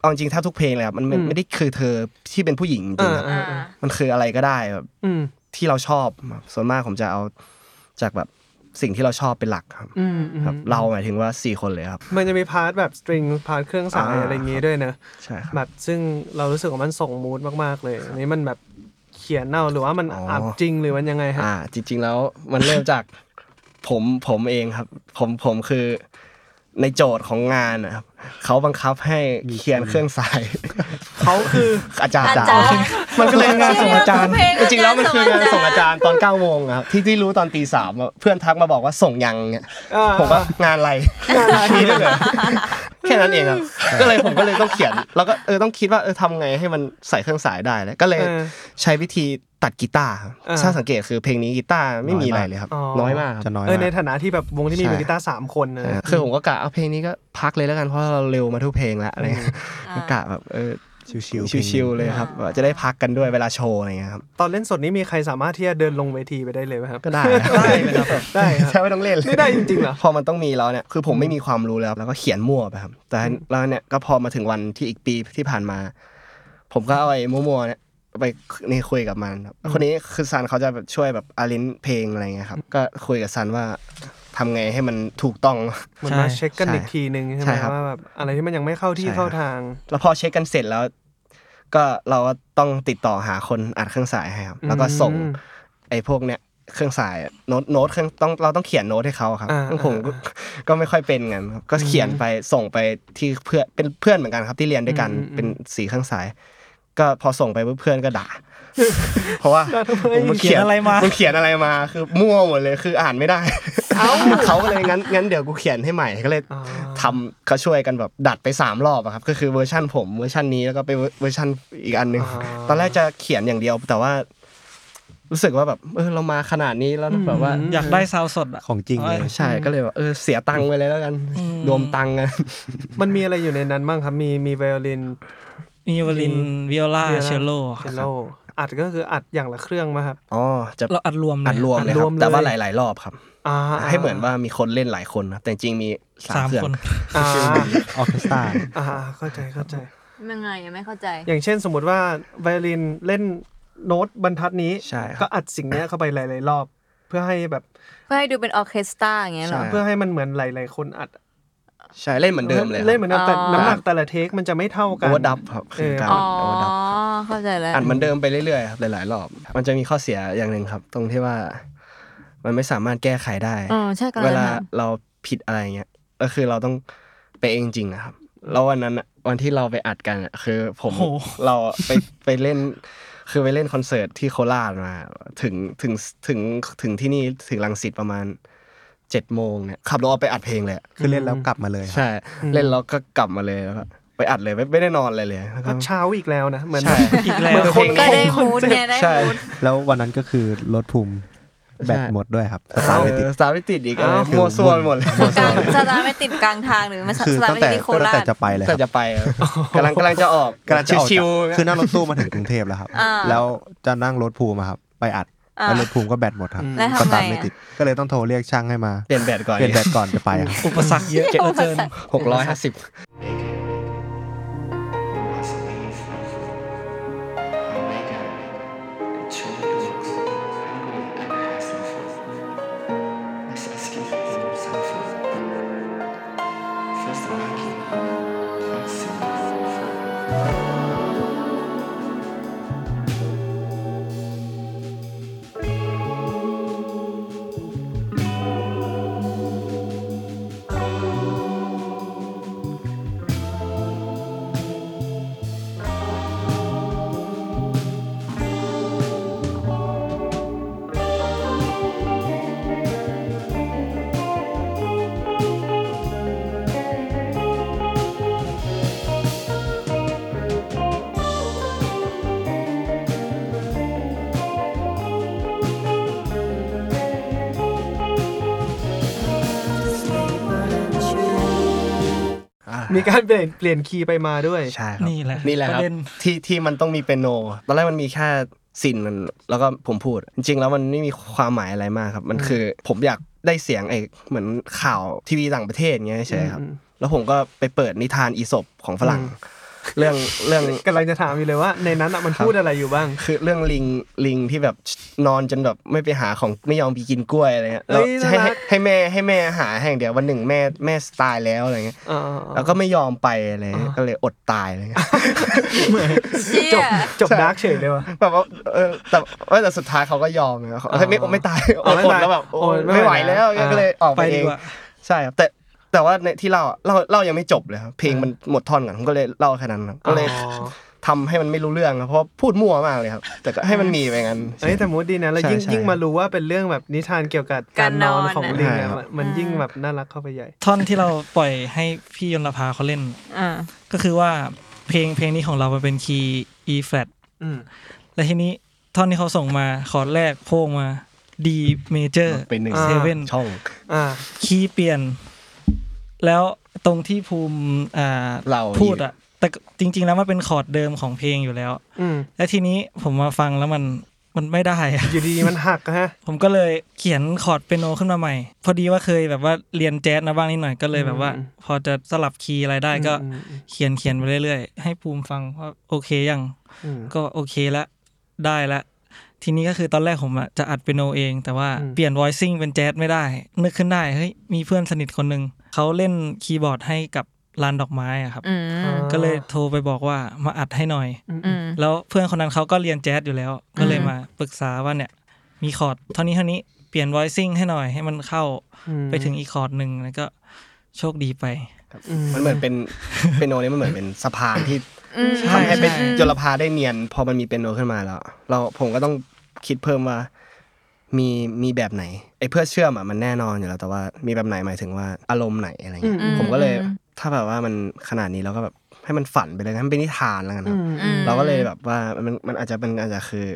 Speaker 4: เอาจริงๆถ้าทุกเพลงเลยครับมันไม่
Speaker 1: อืม
Speaker 4: ไม่ได้คือเธอที่เป็นผู้หญิงจริงๆครับ
Speaker 2: อ่า
Speaker 4: มันคืออะไรก็ได้แบบ
Speaker 1: อืม
Speaker 4: ที่เราชอบครับส่วนมากผมจะเอาจากแบบสิ่งที่เราชอบเป็นหลักครับ
Speaker 1: อืมอืม
Speaker 4: ครับ เราหมายถึงว่าสี่คนเลยครับ
Speaker 1: มันจะมีพาร์ทแบบสตริงพาร์ทเครื่องสาย
Speaker 4: อ่า
Speaker 1: อะไรอย่างงี้ด้วยนะ
Speaker 4: ใช่ครับ
Speaker 1: แบบซึ่งเรารู้สึกว่ามันส่งมูดมาก ๆ เลยอันนี้มันแบบเขียนเอาหรือว่ามัน
Speaker 4: อ๋ออั
Speaker 1: อัดจริงหรือมันยังไงฮะ
Speaker 4: อ่า จริง ๆ แล้วมันเริ่มจาก ผมผมเองครับ ผมผมคือในโจทย์ของงานนะครับเขาบังคับให้เขียนเครื่องสาย
Speaker 1: เขาคือ
Speaker 4: อาจารย์
Speaker 2: อาจารย์
Speaker 4: มันก็เลยงานส่งอาจารย์
Speaker 2: ชื่อเดียวกับ
Speaker 4: จ
Speaker 2: เพลงอาจารย์
Speaker 4: ริงๆแล้วมันคืองานส่งอาจารย์ตอน9ก้าโมงอะครับที่ที่รู้ตอนตีสามอะเพื่อนทักมาบอกว่าส่งยังเนี่ย
Speaker 1: อ่า
Speaker 4: ผมว่างานอะไร งานอะไรนี่เลยแค่นั้นเองครับก็เลยผมก็เลยต้องเขียน แล้วก็เออต้องคิดว่าเออทำไงให้มันใส่เครื่องสายได้แล้วก็เลย
Speaker 1: เออ
Speaker 4: ใช้วิธีตัดกีตาร์ครับ
Speaker 1: เออ
Speaker 4: ถ้าสังเกตคือเพลงนี้กีตาร์ไม่มีอะไรเลยครับ
Speaker 1: อ๋อ
Speaker 4: น้อยมากค
Speaker 5: จะ
Speaker 4: รับ
Speaker 5: น้อย
Speaker 1: เออใน
Speaker 5: มาก
Speaker 1: ฐานะที่แบบวงที่มี
Speaker 4: ใช่
Speaker 1: มือกีตาร์สามคนนะ
Speaker 4: เออคือผมก็กะเอาเพลงนี้ก็พักเลยแล้วกันเพราะเราเร็วมาทุกเพลงแล้วอะไรเงี้ยก็กะแบบเออ
Speaker 5: ชิวๆ
Speaker 4: ชิวๆเลยครับแบบจะได้พักกันด้วยเวลาโชว์อะไรเงี้ยครับ
Speaker 1: ตอนเล่นสดนี้มีใครสามารถที่จะเดินลงเวทีไปได้เลยไหมครับ
Speaker 4: ก็ได้ได้ครับ
Speaker 1: ได้ครับ
Speaker 4: ใช่ไม่ต้องเล่นเลย
Speaker 1: นี่ได้จริงๆเหรอ
Speaker 4: พอมันต้องมีแล้วเนี่ยคือผมไม่มีความรู้แล้วแล้วก็เขียนมั่วไปครับแต่แล้วเนี่ยก็พอมาถึงวันที่อีกปีที่ผ่านมา ผมก็เอาไอ้มั่วๆเนี่ยไปนี่คุยกับมันครับคนนี้คือซันเขาจะแบบช่วยแบบอารินเพลงอะไรเงี้ยครับก็คุยกับซันว่าทำไงให้มันถูกต้อง
Speaker 1: เหมือนมาเช็คกัน
Speaker 4: ใช่
Speaker 1: อีกทีนึงใช่
Speaker 4: ใช่
Speaker 1: ไหม
Speaker 4: ครับ
Speaker 1: ว่าแบบอะไรที่มันยังไม่เข้าที่
Speaker 4: ใช่
Speaker 1: เข้าทาง
Speaker 4: แล้วพอเช็คกันเสร็จแล้ว ก็เราก็ต้องติดต่อหาคนอัดเครื่องสายให้ครับ แล้วก็ส่ง
Speaker 1: อืม
Speaker 4: ไอ้พวกเนี้ยเครื่องสายอะโน้ตโน้ตเครื่องต้องเราต้องเขียนโน้ตให้เขาครับ
Speaker 1: อ่า
Speaker 4: ผมก็ ก็ไม่ค่อยเป็นกันครับก็เขียนไปส่งไปที่เพื่อนเป็นเพื่อนเหมือนกันครับที่เรียนด้วยกัน
Speaker 1: อืมอืม
Speaker 4: เป็นสีเครื่องสาย ก็พอส่งไปเพื่อนก็ด่า เพ ราะว่า
Speaker 1: ด่าทำไม
Speaker 4: มันเขียนอะไรมานเขียนอะไรมาคือมั่วหมดเลยคืออ่านไม่ได้ เขาก็เลยงั้นงั้นเดี๋ยวกูเขียนให้ใหม่ก็เลย
Speaker 1: อ๋อ
Speaker 4: ทำก็ช่วยกันแบบดัดไป 3 รอบอะครับ ก็คือเวอร์ชั่นผมเวอร์ชั่นนี้แล้วก็ไปเวอร์ชั่นอีกอันหนึ่ง
Speaker 1: อ่า
Speaker 4: ตอนแรกจะเขียนอย่างเดียว แต่ว่า รู้สึกว่าแบบเออเรามาขนาดนี้แล้วนะแบบว่า
Speaker 1: อืม
Speaker 6: อยากได้ซาวด์สดอ่ะ
Speaker 5: ของจริงเลย
Speaker 4: ใช่ก็เลยว่าเออเสียตังค์ไปเลยแล้วกันรวมตังค์กัน
Speaker 1: มันมีอะไรอยู่ในนั้นบ้างครับ มีมีไวโอลิน
Speaker 6: มีวอลินวิโอลา
Speaker 1: วิโอลา
Speaker 6: เชลโล
Speaker 1: เชลโลอัดก็คืออัดอย่างละเครื่องมาครับ
Speaker 4: อ๋อจะ
Speaker 6: เราอัดรวมเล
Speaker 4: อัด
Speaker 6: ย
Speaker 4: รวมเลย
Speaker 1: อัดร
Speaker 4: ครั
Speaker 1: วม
Speaker 4: บ
Speaker 1: เลย
Speaker 4: แต่ว่าหลาย ๆ รอบครับ
Speaker 1: อ่า
Speaker 4: ให้เหมือนว่ามีคนเล่นหลายคนนะแต่จริงๆมีสาม
Speaker 6: สาม
Speaker 4: เครื่อง
Speaker 6: คน
Speaker 1: อ่า
Speaker 5: ออเคสตรา
Speaker 1: อ่าเข้าใจเข้าใจ
Speaker 2: ยังไงยังไม่เข้าใจ
Speaker 1: อย่างเช่นสมมติว่าไวโอลินเล่นโน้ตบรรทัดนี้
Speaker 4: ใช่ค
Speaker 1: ก็
Speaker 4: รับ
Speaker 1: อัดสิ่งเนี้ยเข้าไปหลาย ๆ รอบ เพื่อให้แบบ
Speaker 2: เพื่อให้ดูเป็นออร์เคสตราอย่างเงี้ยเหรอ
Speaker 4: ใช่
Speaker 1: เพื่อให้มันเหมือนหลาย ๆ คนอัด
Speaker 4: ใช่เล่นเหมือนเดิมเลย
Speaker 1: เล่นเหมือนเดิมแต่
Speaker 2: อ๋อ
Speaker 1: น้ำหนักแต่ละเทคมันจะไม่เท่ากัน
Speaker 4: โอเวอร์ดับครับคือการ
Speaker 2: อ๋อ
Speaker 4: โอเวอร์ดับ
Speaker 2: เข้าใจแล้ว
Speaker 4: อัดเหมือนเดิมไปเรื่อยๆครับหลาย ๆ รอบ มันจะมีข้อเสียอย่างหนึ่งครับ ตรงที่ว่า มันไม่สามารถแก้ไขได้
Speaker 2: อ๋อใช่กำลัง
Speaker 4: เว
Speaker 2: จะ
Speaker 4: ลา
Speaker 2: ถาม
Speaker 4: เราผิดอะไรเงี้ยก็คือเราต้องไปเองจริงนะครับ แล้ววันนั้นอะวันที่เราไปอัดกันอะคือผม
Speaker 6: โห
Speaker 4: เราไปไปเล่น คือไปเล่นคอนเสิร์ตที่โคราชมา ถึงถึงถึงถึงที่นี่ถึงลังสิตประมาณเจ็ดโมงเนี่ยขับรถออกไปอัดเพลงเลยอะ
Speaker 5: คือเล่นแล้วกลับมาเลยครับ
Speaker 4: ใช่ เล่นแล้วก็กลับมาเลยแล้วก็ไปอัดเลยไม่ไม่ได้นอนเลยเลยแล้วก็
Speaker 1: ก็เช้าอีกแล้วนะเหมือน
Speaker 4: ใช่
Speaker 6: อีกแล้ว
Speaker 1: เหมืนคน
Speaker 2: ก็ได้
Speaker 1: ค
Speaker 2: มู
Speaker 1: น
Speaker 2: ด
Speaker 1: เจ็บ
Speaker 2: เนี่ยได้
Speaker 4: ใช่
Speaker 2: มูด
Speaker 5: แล้ววันนั้นก็คือรถภูมิแบต
Speaker 4: ใช่
Speaker 5: หมดด้วยครับส
Speaker 4: สา
Speaker 5: ตาร์ท
Speaker 4: ร์ท
Speaker 5: ไม่
Speaker 4: ไม่
Speaker 5: ติด
Speaker 4: ติดสตาร์ทไม่ติดอีกอะ
Speaker 1: อ้าว
Speaker 4: มัวส่วนหมดเลย
Speaker 2: กลางสตาร์ทไม่ติดกลางทางหรือมันส
Speaker 5: คือ
Speaker 2: ตาร์ท
Speaker 5: ตั้ง
Speaker 2: ไม่
Speaker 5: แต่
Speaker 2: ติดที่โค
Speaker 5: ตั้
Speaker 2: รา
Speaker 5: ง
Speaker 2: ช
Speaker 5: แต่จะไปเลยครั
Speaker 4: แต่
Speaker 5: บ
Speaker 4: จะไปอะกำลังกำลังจะออก
Speaker 5: กำลังจะออก
Speaker 4: ชิว
Speaker 5: จาก
Speaker 4: ๆ
Speaker 5: คือนั่งรถตู้มาถึงกรุงเทพแล้วครับ
Speaker 2: อ่า
Speaker 5: แล้วจะนั่งรถภูมิอะครับ ไปอัด
Speaker 2: อ่า
Speaker 5: แล้วรถภูมิก็แบตหมดครับ
Speaker 2: แล้วทำไง
Speaker 5: ก็ตาร์ทไม่
Speaker 2: อะ
Speaker 5: ติด ก็เลยต้องโทรเรียกช่างให้มา
Speaker 4: เปลี่ยนแบตก่อน
Speaker 5: เปลี่ยนแบตก่อนจะไปครับ
Speaker 6: อุปสรรคเยอะเหลือเกิน
Speaker 4: หกร้อยห้าสิบ
Speaker 1: มีการเปลี่ยนเปลี่ยนคีย์ไปมาด้วย
Speaker 4: ใช่ครับ
Speaker 6: นี่แหละ
Speaker 4: นี่แหละค
Speaker 6: ป
Speaker 4: รับ
Speaker 6: ระเด็น
Speaker 4: ที่ที่มันต้องมีเปียโน ตอนแรกมันมีแค่สินมันแล้วก็ผมพูด จริง ๆ แล้วมันไม่มีความหมายอะไรมากครับ มันคือผมอยากได้เสียงไอ้เหมือนข่าวทีวีต่างประเทศเงี้ยใช่ครับ
Speaker 1: อืม
Speaker 4: แล้วผมก็ไปเปิดนิทานอีสปของฝรั่ง เรื่องเรื่อง
Speaker 1: กำลังจะถามอยู่เลยว่า ในนั้นอะมันพูดอะไรอยู่บ้าง
Speaker 4: คือเรื่องลิงลิงที่แบบนอนจนแบบไม่ไปหาของไม่ยอมไปกินกล้วยอะไรเงี้ยแล้ว
Speaker 1: เอ้ยน่า
Speaker 4: ให้
Speaker 1: รั
Speaker 4: ให้
Speaker 1: ก
Speaker 4: ให้แม่ให้แม่หาให้อย่างเดียววันหนึ่งแม่แม่ตายแล้วอะไรเงี้ย
Speaker 1: อ่า
Speaker 4: แล้วก็ไม่ยอมไปอะไรเงี้ยก็เลยอดตายอะไรเงี้ย
Speaker 2: เชี่
Speaker 1: จบ
Speaker 2: ย
Speaker 1: จบดาร์กเฉยเลยวะ
Speaker 4: แบบว่าเออแต่เอ้ยแต่สุดท้ายเขาก็ยอมนะเขาเฮ้ยไม่
Speaker 1: อ๋อ
Speaker 4: ไม่ตาย
Speaker 1: อ๋อไม่
Speaker 4: อด
Speaker 1: ตาย
Speaker 4: แล้วแบบโอ้ย
Speaker 1: โอ้ยไม่
Speaker 4: ไม่ไห
Speaker 1: ไห
Speaker 4: ว
Speaker 1: ว
Speaker 4: แล้ว
Speaker 1: แล้ว
Speaker 4: ก็เลยออกไป
Speaker 6: ไป
Speaker 4: เอ
Speaker 6: ดี
Speaker 4: ง
Speaker 6: กว่า
Speaker 4: ใช่ครับแต่แต่ว่าในที่เล่าอะเล่าเล่ายังไม่จบเลยครับเพลงมันหมดท่อนก่อนผมก็เลยเล่าแค่นั้นครับก็เลย
Speaker 1: อ๋อ
Speaker 4: ทำให้มันไม่รู้เรื่องครับเพราะพูดมั่วมากเลยครับ แต่ก็ให้มันมีไปงั้น
Speaker 1: เอ้ยแต่มูดดีนะแล้ว
Speaker 4: ใช่
Speaker 1: ยิ่ง
Speaker 4: ใช่
Speaker 1: ยิ่งมารู้ว่าเป็นเรื่องแบบนิทานเกี่ยวกับการนอนของลิงอะมันมันยิ่งแบบน่ารักเข้าไปใหญ่
Speaker 6: ท่อนที่เราปล่อยให้พี่ยนรภาเขาเล่น
Speaker 2: อ่า
Speaker 6: ก็คือว่าเพลงเพลงนี้ของเรามันเป็นคีย์ E flat
Speaker 1: อืม
Speaker 6: และทีนี้ท่อนที่เขาส่งมาคอร์ดแรกโพ่งมา D major
Speaker 4: เป็นหนึ่ง
Speaker 1: อ่า
Speaker 6: เซเว่น
Speaker 4: ช่อง
Speaker 1: อ่า
Speaker 6: คีย์เปลี่ยน แล้วตรงที่ภูมิอ่า
Speaker 4: เรา
Speaker 6: พูดอะแต่จริง ๆ แล้วมันเป็นคอร์ดเดิมของเพลงอยู่แล้ว
Speaker 1: อืม
Speaker 6: และทีนี้ผมมาฟังแล้วมันมันไม่ได้อะ
Speaker 1: อยู่ดีมันหักอะฮะ
Speaker 6: ผมก็เลยเขียนคอร์ดเปียโนขึ้นมาใหม่ พอดีว่าเคยแบบว่าเรียนแจ๊สมาบ้างนิดหน่อยก็เลยแบบว่า
Speaker 1: อืม
Speaker 6: พอจะสลับคีย์อะไรได้ก็
Speaker 1: อืมอืม
Speaker 6: เขียนเขียนไปเรื่อยๆ ให้ภูมิฟังว่าโอเคยัง
Speaker 1: อืม
Speaker 6: ก็โอเคละได้ละ ทีนี้ก็คือตอนแรกผมอะจะอัดเปียโนเอง แต่ว่า
Speaker 1: อืม
Speaker 6: เปลี่ยน voicing เป็นแจ๊สไม่ได้ นึกขึ้นได้เฮ้ยมีเพื่อนสนิทคนหนึ่งเขาเล่นคีย์บอร์ดให้กับลานดอกไม้อะครับ
Speaker 2: อืม
Speaker 6: ก็เลยโทรไปบอกว่ามาอัดให้หน่อย
Speaker 2: อืม
Speaker 6: แล้วเพื่อนคนนั้นเขาก็เรียนแจ๊สอยู่แล้ว ก็เลย
Speaker 2: อืม
Speaker 6: มาปรึกษาว่าเนี่ย มีคอร์ดเท่านี้เท่านี้เปลี่ยน voicing ให้หน่อยให้มันเข้า
Speaker 1: อืม
Speaker 6: ไปถึงอีกคอร์ดหนึ่งแล้วก็โชคดีไป
Speaker 4: มันเหมือนเป็นเปียโนเนี่ยมันเหมือนเป็นสะพานที่
Speaker 2: อืม
Speaker 4: ทำให้เป็นจลภาได้เนียน พอมันมีเป็นโนขึ้นมาแล้ว เราผมก็ต้องคิดเพิ่มว่า มีมีแบบไหนไอ้เพื่อเชื่อมอ่ะมันแน่นอนอยู่แล้วแต่ว่ามีแบบไหนหมายถึงว่าอารมณ์ไหนอะไร
Speaker 1: อื
Speaker 4: เงี้
Speaker 1: ม
Speaker 4: ย
Speaker 1: อืม
Speaker 4: ผมก็เลย
Speaker 2: อืม
Speaker 4: ถ้าแบบว่ามันขนาดนี้เราก็แบบให้มันฝันไปเลยงั้นเป็นนิทานแล้วกันค
Speaker 1: อื
Speaker 4: รับ
Speaker 1: ม
Speaker 2: อืม
Speaker 4: เราก็เลยแบบว่ามันมันอาจจะเป็นอาจจะคือ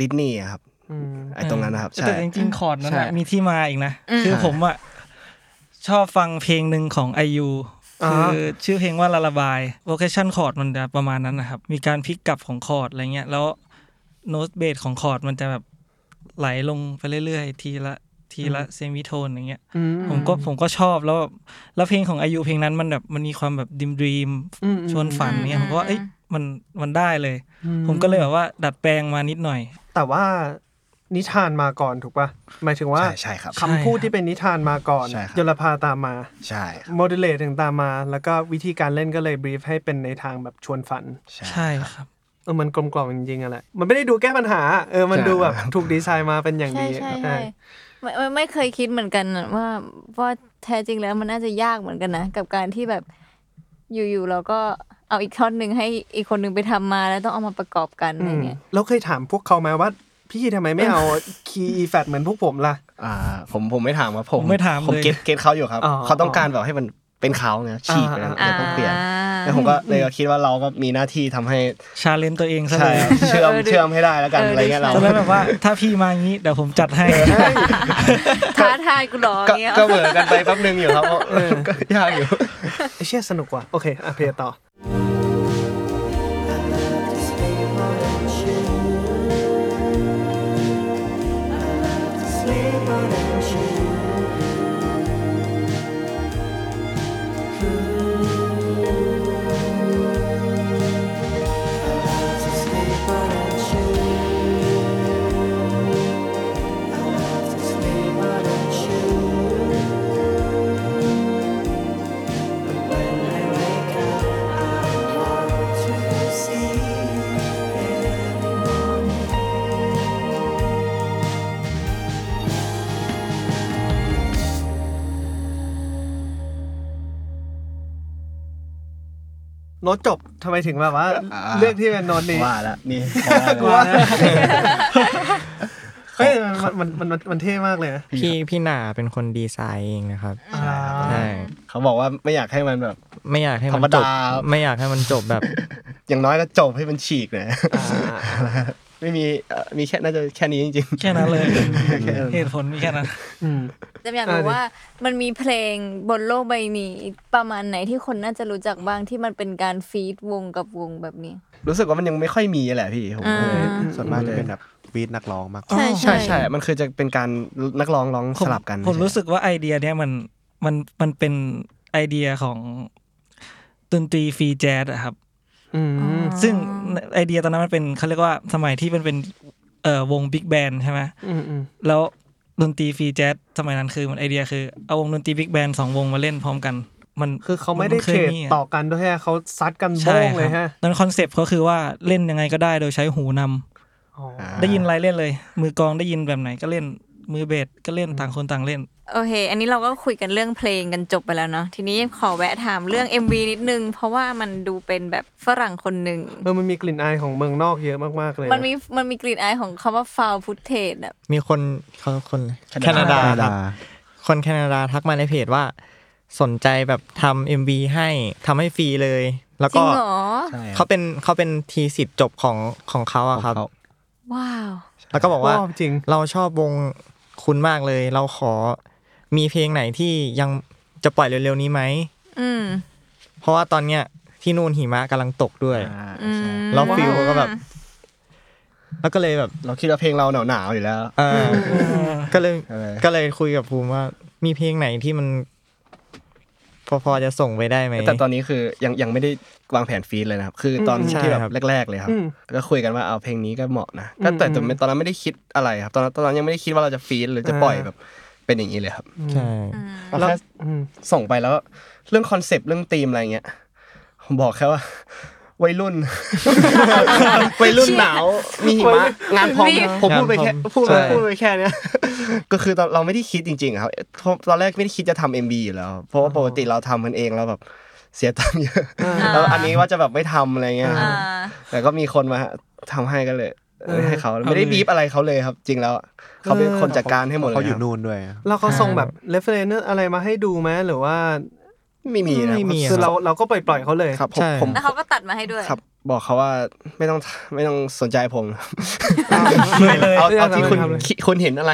Speaker 4: ดิสนีย์อะครับ
Speaker 1: อืม
Speaker 4: ไอ้ตรงนั้นนะครับ ใช่
Speaker 6: แต่จริงๆคอร์ดนั้นอะ
Speaker 4: ใช่
Speaker 6: มีที่มาอีกนะ
Speaker 2: อืม
Speaker 6: คือ
Speaker 4: ใช่
Speaker 6: ผมอะชอบฟังเพลงหนึ่งของ IU
Speaker 1: อ่า
Speaker 6: คือชื่อเพลงว่าลาลาบาย o ว a ชั่นคอร์ดมันจะประมาณนั้นนะครับ มีการพลิกกลับของคอร์ดอะไรเงี้ย แล้วโน้ตเบสของคอร์ดมันจะแบบไหลลงไปเรื่อยๆ ทีละทีละเซมิโทนอย่างเงี้ย
Speaker 1: อื
Speaker 6: ผมก็ผมก็ชอบแล้วแบบแล้วเพลงของ IU เพลงนั้นมันแบบมันมีความแบบดิมดรีม
Speaker 1: อืมอืม
Speaker 6: ชวนฝันเงี้ยผมก็ว่าเอ้ยมันมันได้เลย
Speaker 1: อื
Speaker 6: ผมก็เลยแบบว่าดัดแปลงมานิดหน่อย
Speaker 1: แต่ว่านิทานมาก่อนถูกป่ะ หมายถึงว่า
Speaker 4: ใช่ใช่ครับ
Speaker 1: คำพูดที่เป็นนิทานมาก่อน
Speaker 4: ใช่ครับ
Speaker 1: ยลภาตามมา
Speaker 4: ใช่ครับ
Speaker 1: โมเดเลตถึงตามมา แล้วก็วิธีการเล่นก็เลยบรีฟให้เป็นในทางแบบชวนฝัน
Speaker 4: ใช่
Speaker 6: ใช่ครับ
Speaker 1: เออมันกลมกล่อมจริงๆอะแหละมันไม่ได้ดูแก้ปัญหา เออมัน
Speaker 4: ใช่
Speaker 1: ดูแบบถูกดีไซน์มาเป็นอย่าง
Speaker 2: ใช่
Speaker 1: ดี
Speaker 2: ใช่
Speaker 1: ใช่
Speaker 2: ใช่ไม่ไม่ไม่เคยคิดเหมือนกันน่ะว่าว่าแท้จริงแล้วมันน่าจะยากเหมือนกันนะ กับการที่แบบอยู่ๆเราก็เอาอีกท่อนหนึ่งให้อีกคนหนึ่งไปทำมาแล้วต้องเอามาประกอบกันอะไรเงี้ย
Speaker 1: เราเคยถามพวกเขาไหมว่า พี่ทำไมไม่เอาคีย์อีแฟเหมือนพวกผมล่ะ
Speaker 4: อ่าผมผมไม่ถามครับผม
Speaker 6: ผมไม่ถาม
Speaker 4: ผม
Speaker 6: เลย
Speaker 4: เก็ตเก็ตเขาอยู่ครับ
Speaker 1: อ๋อ
Speaker 4: เขาต้องการแบบให้มันเป็นเขาเนี่ยฉีกนะครับ
Speaker 1: อ่า
Speaker 4: เลยต้องเปลี่ยนแล้วผมก็เลยก็คิดว่าเราก็มีหน้าที่ทำให้
Speaker 6: ชาเลนจ์ตัวเองซะ
Speaker 4: ใช่
Speaker 6: เลย
Speaker 4: ครับเชื่อม
Speaker 2: เออดู
Speaker 4: เชื่อมให้ได้แล้วกัน
Speaker 2: เอออ
Speaker 4: อะไรเงี้ย
Speaker 2: ดู
Speaker 4: เรา
Speaker 6: จะได้แบบว่าถ้าพี่มาอย่างงี้เดี๋ยวผมจัดให้
Speaker 2: ท้าทายกูเหรอ
Speaker 4: ก็
Speaker 2: เงี้ย
Speaker 4: ก็เหมือนกันไปแป๊บนึงอยู่ครับเออก็ยากอยู่
Speaker 1: ไอเชี่ยสนุกว่ะโอเคอ่ะเพลงต่อ โน้ตจบทำไมถึงแบบว่า
Speaker 4: อ่า
Speaker 1: เลือกที่เป็นโน้ตนี้
Speaker 4: ว่าละนี่
Speaker 1: กลัวนะเฮ้ยมันมันมันมันมันเท่มากเลยนะ
Speaker 3: พี่พี่หนาเป็นคนดีไซน์เองนะครับ
Speaker 1: อ่า
Speaker 3: ใช่
Speaker 4: เขาบอกว่าไม่อยากให้มันแบบ
Speaker 3: ไม่อยากให้
Speaker 4: ธร
Speaker 3: มัน
Speaker 4: รม
Speaker 3: จ
Speaker 4: ดา
Speaker 3: บไม่อยากให้มันจบแบบ
Speaker 4: อย่างน้อยก็จบให้มันฉีกหนะไม่มีเอ่อมีแค่น่าจะแค่นี้จริงๆ
Speaker 6: แค่นั้นเลย
Speaker 4: แค่นั้น
Speaker 6: เหตุผลมีแค่นั้น
Speaker 1: อืม
Speaker 2: จะอยากรู้ว่ามันมีเพลงบนโลกใบนี้ประมาณไหนที่คนน่าจะรู้จักบ้างที่มันเป็นการฟีดวงกับวงแบบนี้
Speaker 4: รู้สึกว่ามันยังไม่ค่อยมีแหละพี่ผม
Speaker 2: อ่า
Speaker 5: ส่วนมากจะเป็นแบบบีทนักร้องมากกว่า
Speaker 6: ใช่
Speaker 4: ใช่ใช่มันคือจะเป็นการนักร้องร้อง
Speaker 6: ผม
Speaker 4: สลับกัน
Speaker 6: ผมรู้
Speaker 4: ใช่ไห
Speaker 6: สึกว่าไอเดียเนี้ยมันมันมันเป็นไอเดียของดนตรีฟรีแจ๊สอะครับ
Speaker 1: อืม
Speaker 6: ซึ่งไอเดียตอนนั้นมันเป็นเขาเรียกว่าสมัยที่มันเป็นเอ่อวงบิ๊กแบนใช่ไหม
Speaker 1: อืมอืม
Speaker 6: แล้วดนตรีฟรีแจ๊สสมัยนั้นคือมันไอเดียคือเอาวงดนตรีบิ๊กแบนสองวงมาเล่นพร้อมกัน มัน
Speaker 1: คือเขาไม่ได้
Speaker 6: น
Speaker 1: เทรด
Speaker 6: ะ
Speaker 1: ต่อกันด้วยฮะเขาซัดกันโบ้
Speaker 6: ใช่
Speaker 1: ง
Speaker 6: ค
Speaker 1: เล
Speaker 6: รั
Speaker 1: ย
Speaker 6: บ
Speaker 1: ฮะ
Speaker 6: ตอนนั้นคอนเซปต์เขาคือว่าเล่นยังไงก็ได้โดยใช้หูนำ
Speaker 1: อ๋อ
Speaker 4: อ่า
Speaker 6: ได้ยินอะไรเล่นเลย มือกลองได้ยินแบบไหนก็เล่น มือเบสก็เล่นต่างคนต่างเล่น
Speaker 2: โอเค อันนี้เราก็คุยกันเรื่องเพลงกันจบไปแล้วเนาะ ทีนี้ขอแวะถามเรื่อง MV นิดนึง เพราะว่ามันดูเป็นแบบฝรั่งคนหนึ่ง
Speaker 1: เออมันมีกลิ่นอายของเมืองนอกเยอะมากๆเลยะ
Speaker 2: มันมีมันมีกลิ่นอายของคำว่าฟาวพุทเทศอะ
Speaker 3: มีคนเขาคนแคนาดาครับ คนแคนาดาทักมาในเพจว่า สนใจแบบทำเอ็มบีให้ทำให้ฟรีเลย แล้ว
Speaker 2: จริ
Speaker 3: ก็
Speaker 2: งเหรอ
Speaker 4: ใช่ครับ
Speaker 3: เขาเป็นเขาเป็นทีสิทธิ์จบของของเขาอะครับ
Speaker 5: ของเขา
Speaker 2: ว้าว
Speaker 3: แล้วก็บอกว่า
Speaker 1: ชอบจริง
Speaker 3: เราชอบวงคุณมากเลย เราขอมีเพลงไหนที่ยังจะปล่อยเร็วๆนี้ไหม
Speaker 2: อืม
Speaker 3: เพราะว่าตอนเนี้ยที่นู่นหิมะกำลังตกด้วย
Speaker 2: อืม
Speaker 3: แล้วฟิลก็แบบ แล้วก็เลยแบบ
Speaker 4: เราคิดว่าเพลงเราหนาวๆอยู่แล้ว
Speaker 3: เอ อก็เลย
Speaker 4: เออ
Speaker 3: ก็เลยคุยกับภูมิว่า มีเพลงไหนที่มัน พอพอจะส่งไปได้ไหม
Speaker 4: แต่ตอนนี้คือยังยังไม่ได้วางแผนฟีดเลยนะครับ คือตอน
Speaker 3: ใช่
Speaker 4: ที่แบ
Speaker 3: ครับ บ
Speaker 4: แรก ๆเลยครับ
Speaker 1: อืม
Speaker 4: ก็คุยกันว่าเอาเพลงนี้ก็เหมาะนะก็แต่
Speaker 1: อืม
Speaker 4: แต่ตอนนั้นไม่ได้คิดอะไรครับ ตอนนั้นตอนนั้นยังไม่ได้คิดว่าเราจะฟีดหรือจะ
Speaker 1: อ่า
Speaker 4: ปล่อยแบบเป็นอย่างนี้เลยครับ
Speaker 3: ใช่
Speaker 4: เราแค่
Speaker 1: อืม
Speaker 4: ส่งไปแล้วเรื่องคอนเซปต์เรื่องธีมอะไรเงี้ยผมบอกแค่ว่า วัยรุ่น วัยรุ่นหนาวมีหิมะงานพร้อมผมพูดไปแค่
Speaker 3: งานพร้อม
Speaker 4: พูดไปพูด
Speaker 3: ใช่
Speaker 4: ไปแค่เนี้ย ก็คือตอนเราไม่ได้คิดจริงๆครับตอนแรกไม่ได้คิดจะทำ MB อยู่แล้ว เพราะว่าปกติเราทำกันเองแล้วแบบเสียตังค์ เยอะ แล้วอันนี้ว่าจะแบบไม่ทำอะไรเงี้ย
Speaker 2: อ่า
Speaker 4: แต่ก็มีคนมาทำให้ก็เลยเออให้เขาไม่ได้บีบอะไรเขาเลยครับ จริงแล้วเขาเป็นคนจัดการให้หมดเล
Speaker 5: เขา
Speaker 4: ย
Speaker 5: อ
Speaker 4: ค
Speaker 5: ยู่
Speaker 4: รับ
Speaker 5: นู่นด้วย
Speaker 1: แล้วเขาส่งแบบเรฟเฟรนซ์อะไรมาให้ดูไหมหรือว่า
Speaker 4: ไม่มีนะ
Speaker 3: ไม่มี
Speaker 4: ค
Speaker 3: อะ
Speaker 1: คือ
Speaker 3: ครับ
Speaker 1: เราเราก็ปล่อยปล่อยๆเขาเลย
Speaker 4: รับครับผม
Speaker 3: ใช่
Speaker 4: ผม
Speaker 2: แล้วเขาก็ตัดมาให้ด้วย
Speaker 4: ครับ บอกเขาว่าไม่ต้องไม่ต้องสนใจผม
Speaker 6: ไม่เลย
Speaker 4: เอาเอาที่คุณ
Speaker 1: ทำเลย
Speaker 4: คิดคุณเห็นอะไร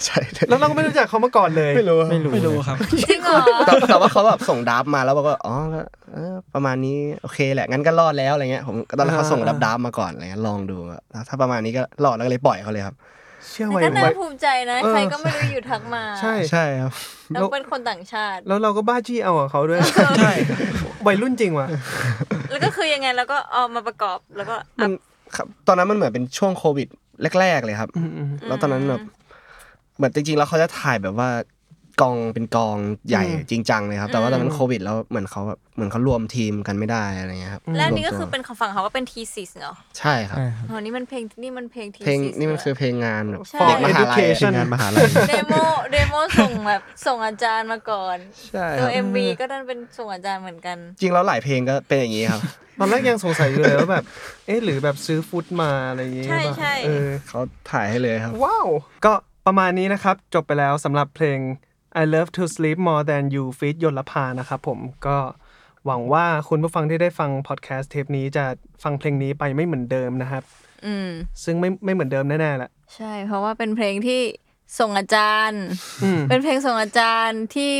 Speaker 4: ใช่
Speaker 1: แล้วเราก็ไม่รู้จักเขามาก่อนเลย
Speaker 4: ไม่รู้
Speaker 6: ไม่รู้ครับ
Speaker 2: จริงเหรอ
Speaker 4: แต่แต่ว่าเขาแบบส่งดับมาแล้วบอกว่าอ๋อก็เออประมาณนี้โอเคแหละงั้นก็รอดแล้วอะไรเงี้ยผมก็ตอนแรกเขาส่งดับดับมาก่อนอะไรเงี้ยลองดูอะถ้าประมาณนี้ก็รอดแล้วก็เลยปล่อยเขาเลยครับ
Speaker 1: เชื่อ
Speaker 2: แต่
Speaker 1: ไว้
Speaker 2: ก็น่า
Speaker 1: ไว้
Speaker 2: ภูมิใจนะ
Speaker 1: เออ
Speaker 2: ใครก็ไม่รู้อยู่ทักมา
Speaker 1: ใช่
Speaker 4: ใช่ครับ
Speaker 2: แล้วเป็นคนต่างชาติ
Speaker 1: แล้วเราก็บ้าจี้เอากับเขาด้วย
Speaker 6: ใช่
Speaker 1: วัยรุ่นจริงว่ะ
Speaker 2: แล้วก็คือยังไงแล้วก็เอามาประกอบแล้วก็อั
Speaker 4: มั
Speaker 2: พ
Speaker 4: นครับตอนนั้นมันเหมือนเป็นช่วงโควิดแรก ๆ เลยครับ แล้วตอนนั้นแบบเหมือนจริงๆ แล้วเขาจะถ่ายแบบว่ากองเป็นกองใหญ่
Speaker 1: อืม
Speaker 4: จริงจังเลยครับ แต่ว่าตอนนั้นโควิดแล้วเหมือนเขาแบบเหมือนเขารวมทีมกันไม่ได้อะไรเงี้ยครับ
Speaker 2: และอันนี่ก็คือ
Speaker 4: รวมตัว
Speaker 2: เป็นของฝั่งเขาว่าเป็นทีสิสเนาะ
Speaker 4: ใช่ครับ
Speaker 3: ใช่ครับ
Speaker 2: อ๋อนี่มันเพลงนี่มันเพลงที
Speaker 4: เพลง
Speaker 2: สิส
Speaker 4: นี่มันคือเพลงงานแบบ
Speaker 2: ใช่
Speaker 4: เด็กมหาลัย
Speaker 1: Education
Speaker 5: ทีมงานมหาลัย
Speaker 2: เดโมเดโมส่งแบบส่งอาจารย์มาก่อน
Speaker 4: ใช่
Speaker 2: ตั
Speaker 4: ครั
Speaker 2: ว
Speaker 4: บ
Speaker 2: เอ็มวีก็นั่นเป็นส่งอาจารย์เหมือนกัน
Speaker 4: จริงแล้วหลายเพลงก็เป็นอย่างนี้ครับ
Speaker 1: ตอนแรกยังสงสัยอยู่เลยว่าแบบ เอ๊ะหรือแบบซื้อฟุตมาอะไรอย่างเงี้ย
Speaker 2: ใช่ใช่
Speaker 1: เออ
Speaker 4: เขาถ่ายให้เลยครับ
Speaker 1: ว้าว ก็ประมาณนี้นะครับ จบไปแล้วสำหรับเพลง I Love to Sleep More Than You feat. ยลภานะครับผมก็หวังว่าคุณผู้ฟังที่ได้ฟังพอดแคสต์เทปนี้จะฟังเพลงนี้ไปไม่เหมือนเดิมนะครับ
Speaker 2: อืม
Speaker 1: ซึ่งไม่ไม่เหมือนเดิมแน่ๆแหละ
Speaker 2: ใช่ เพราะว่าเป็นเพลงที่ส่งอาจารย์
Speaker 1: อืม
Speaker 2: เป็นเพลงส่งอาจารย์ที่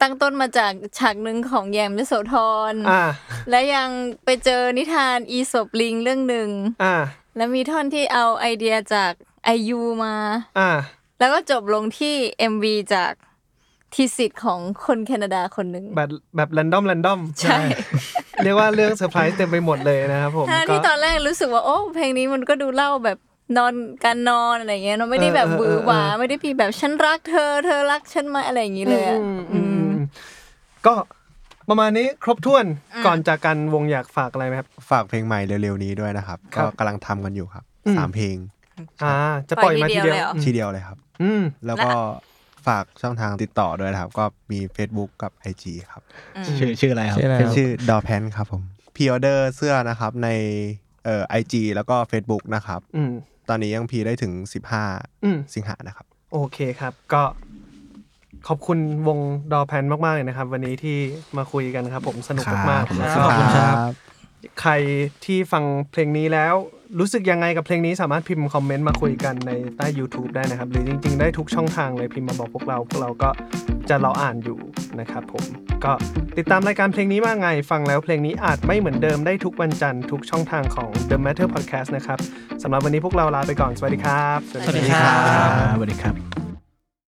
Speaker 2: ตั้งต้นมาจากฉากหนึ่งของแยมยโสธร
Speaker 1: อ่า
Speaker 2: และยังไปเจอนิทานอีสบลิงเรื่องหนึ่ง
Speaker 1: อ่า
Speaker 2: แล้วมีท่อนที่เอาไอเดียจากไอยูมา
Speaker 1: อ่า
Speaker 2: แล้วก็จบลงที่ MV จากทีสิทธิ์ของคนแคนาดาคนหนึ่ง
Speaker 1: แบบแบบ r รนดอม r รนดอม
Speaker 2: ใช่
Speaker 1: เรียกว่าเรื่องเซอร์ไพรส์เต็มไปหมดเลยนะครับผม
Speaker 2: ทั้ง
Speaker 1: ก็
Speaker 2: ที่ตอนแรกรู้สึกว่าโอ้เพลงนี้มันก็ดูเล่าแบบนอนการนอนอะไรเงี้ยเนอะไม่ได้แบบ
Speaker 1: เออ
Speaker 2: หวื
Speaker 1: เอ
Speaker 2: อ
Speaker 1: อเออ
Speaker 2: หวาไม่ได้พีแบบฉันรักเธอเธอรักฉันไหมาอะไรอย่างนี้เลยอะ
Speaker 1: อืม
Speaker 2: อื
Speaker 1: อืม
Speaker 2: ม
Speaker 1: อืมก็ประมาณนี้ครบถ้วนก่อนจากกันวงอยากฝากอะไรไหมครับ
Speaker 5: ฝากเพลงใหม่เร็วๆนี้ด้วยนะครับ
Speaker 1: ครั
Speaker 5: ก็
Speaker 1: บ
Speaker 5: กำลังทำกันอยู่ครับ
Speaker 1: อืม
Speaker 5: สามเพลง
Speaker 1: อ่า จะปล่อยมาทีเดียว
Speaker 2: ปล่อยทีเดีย
Speaker 5: ทีเดียว
Speaker 2: วเลยเหรอ
Speaker 5: เลยครับ
Speaker 1: อืม
Speaker 5: แล้วก็ฝากช่องทางติดต่อด้วยนะครับ ก็มี Facebook กับ IG ครับ
Speaker 4: ชื่อชื่ออะไรครับ
Speaker 3: ใช่แล้ว
Speaker 5: ชื่อดอแพนครับผมพีออเดอร์เสื้อนะครับในเอ่อไอจีแล้วก็ Facebook นะครับ
Speaker 1: อืม
Speaker 5: ตอนนี้ยังพีได้ถึง
Speaker 1: อืม
Speaker 5: 15 สิงหานะครับ
Speaker 1: โอเคครับก็ขอบคุณวงดอแพนมาก ๆ เลยนะครับ วันนี้ที่มาคุยกันครับ ผมสนุกมากๆ
Speaker 6: ครับ ขอณครับ
Speaker 1: ใครที่ฟังเพลงนี้แล้ว รู้สึกยังไงกับเพลงนี้สามารถพิมพ์คอมเมนต์มาคุยกันในใต้ YouTube ได้นะครับ หรือจริง ๆ ได้ทุกช่องทางเลยพิมพ์มาบอกพวกเรา พวกเราก็จะเราอ่านอยู่นะครับผมก็ติดตามรายการเพลงนี้มาไง ฟังแล้วเพลงนี้อาจไม่เหมือนเดิมได้ทุกวันจันทร์ทุกช่องทางของ The Matter Podcast นะครับสำหรับวันนี้พวกเราลาไปก่อนสวัสดีครับ
Speaker 2: สวัสดีครับ
Speaker 4: สวัสดีครับ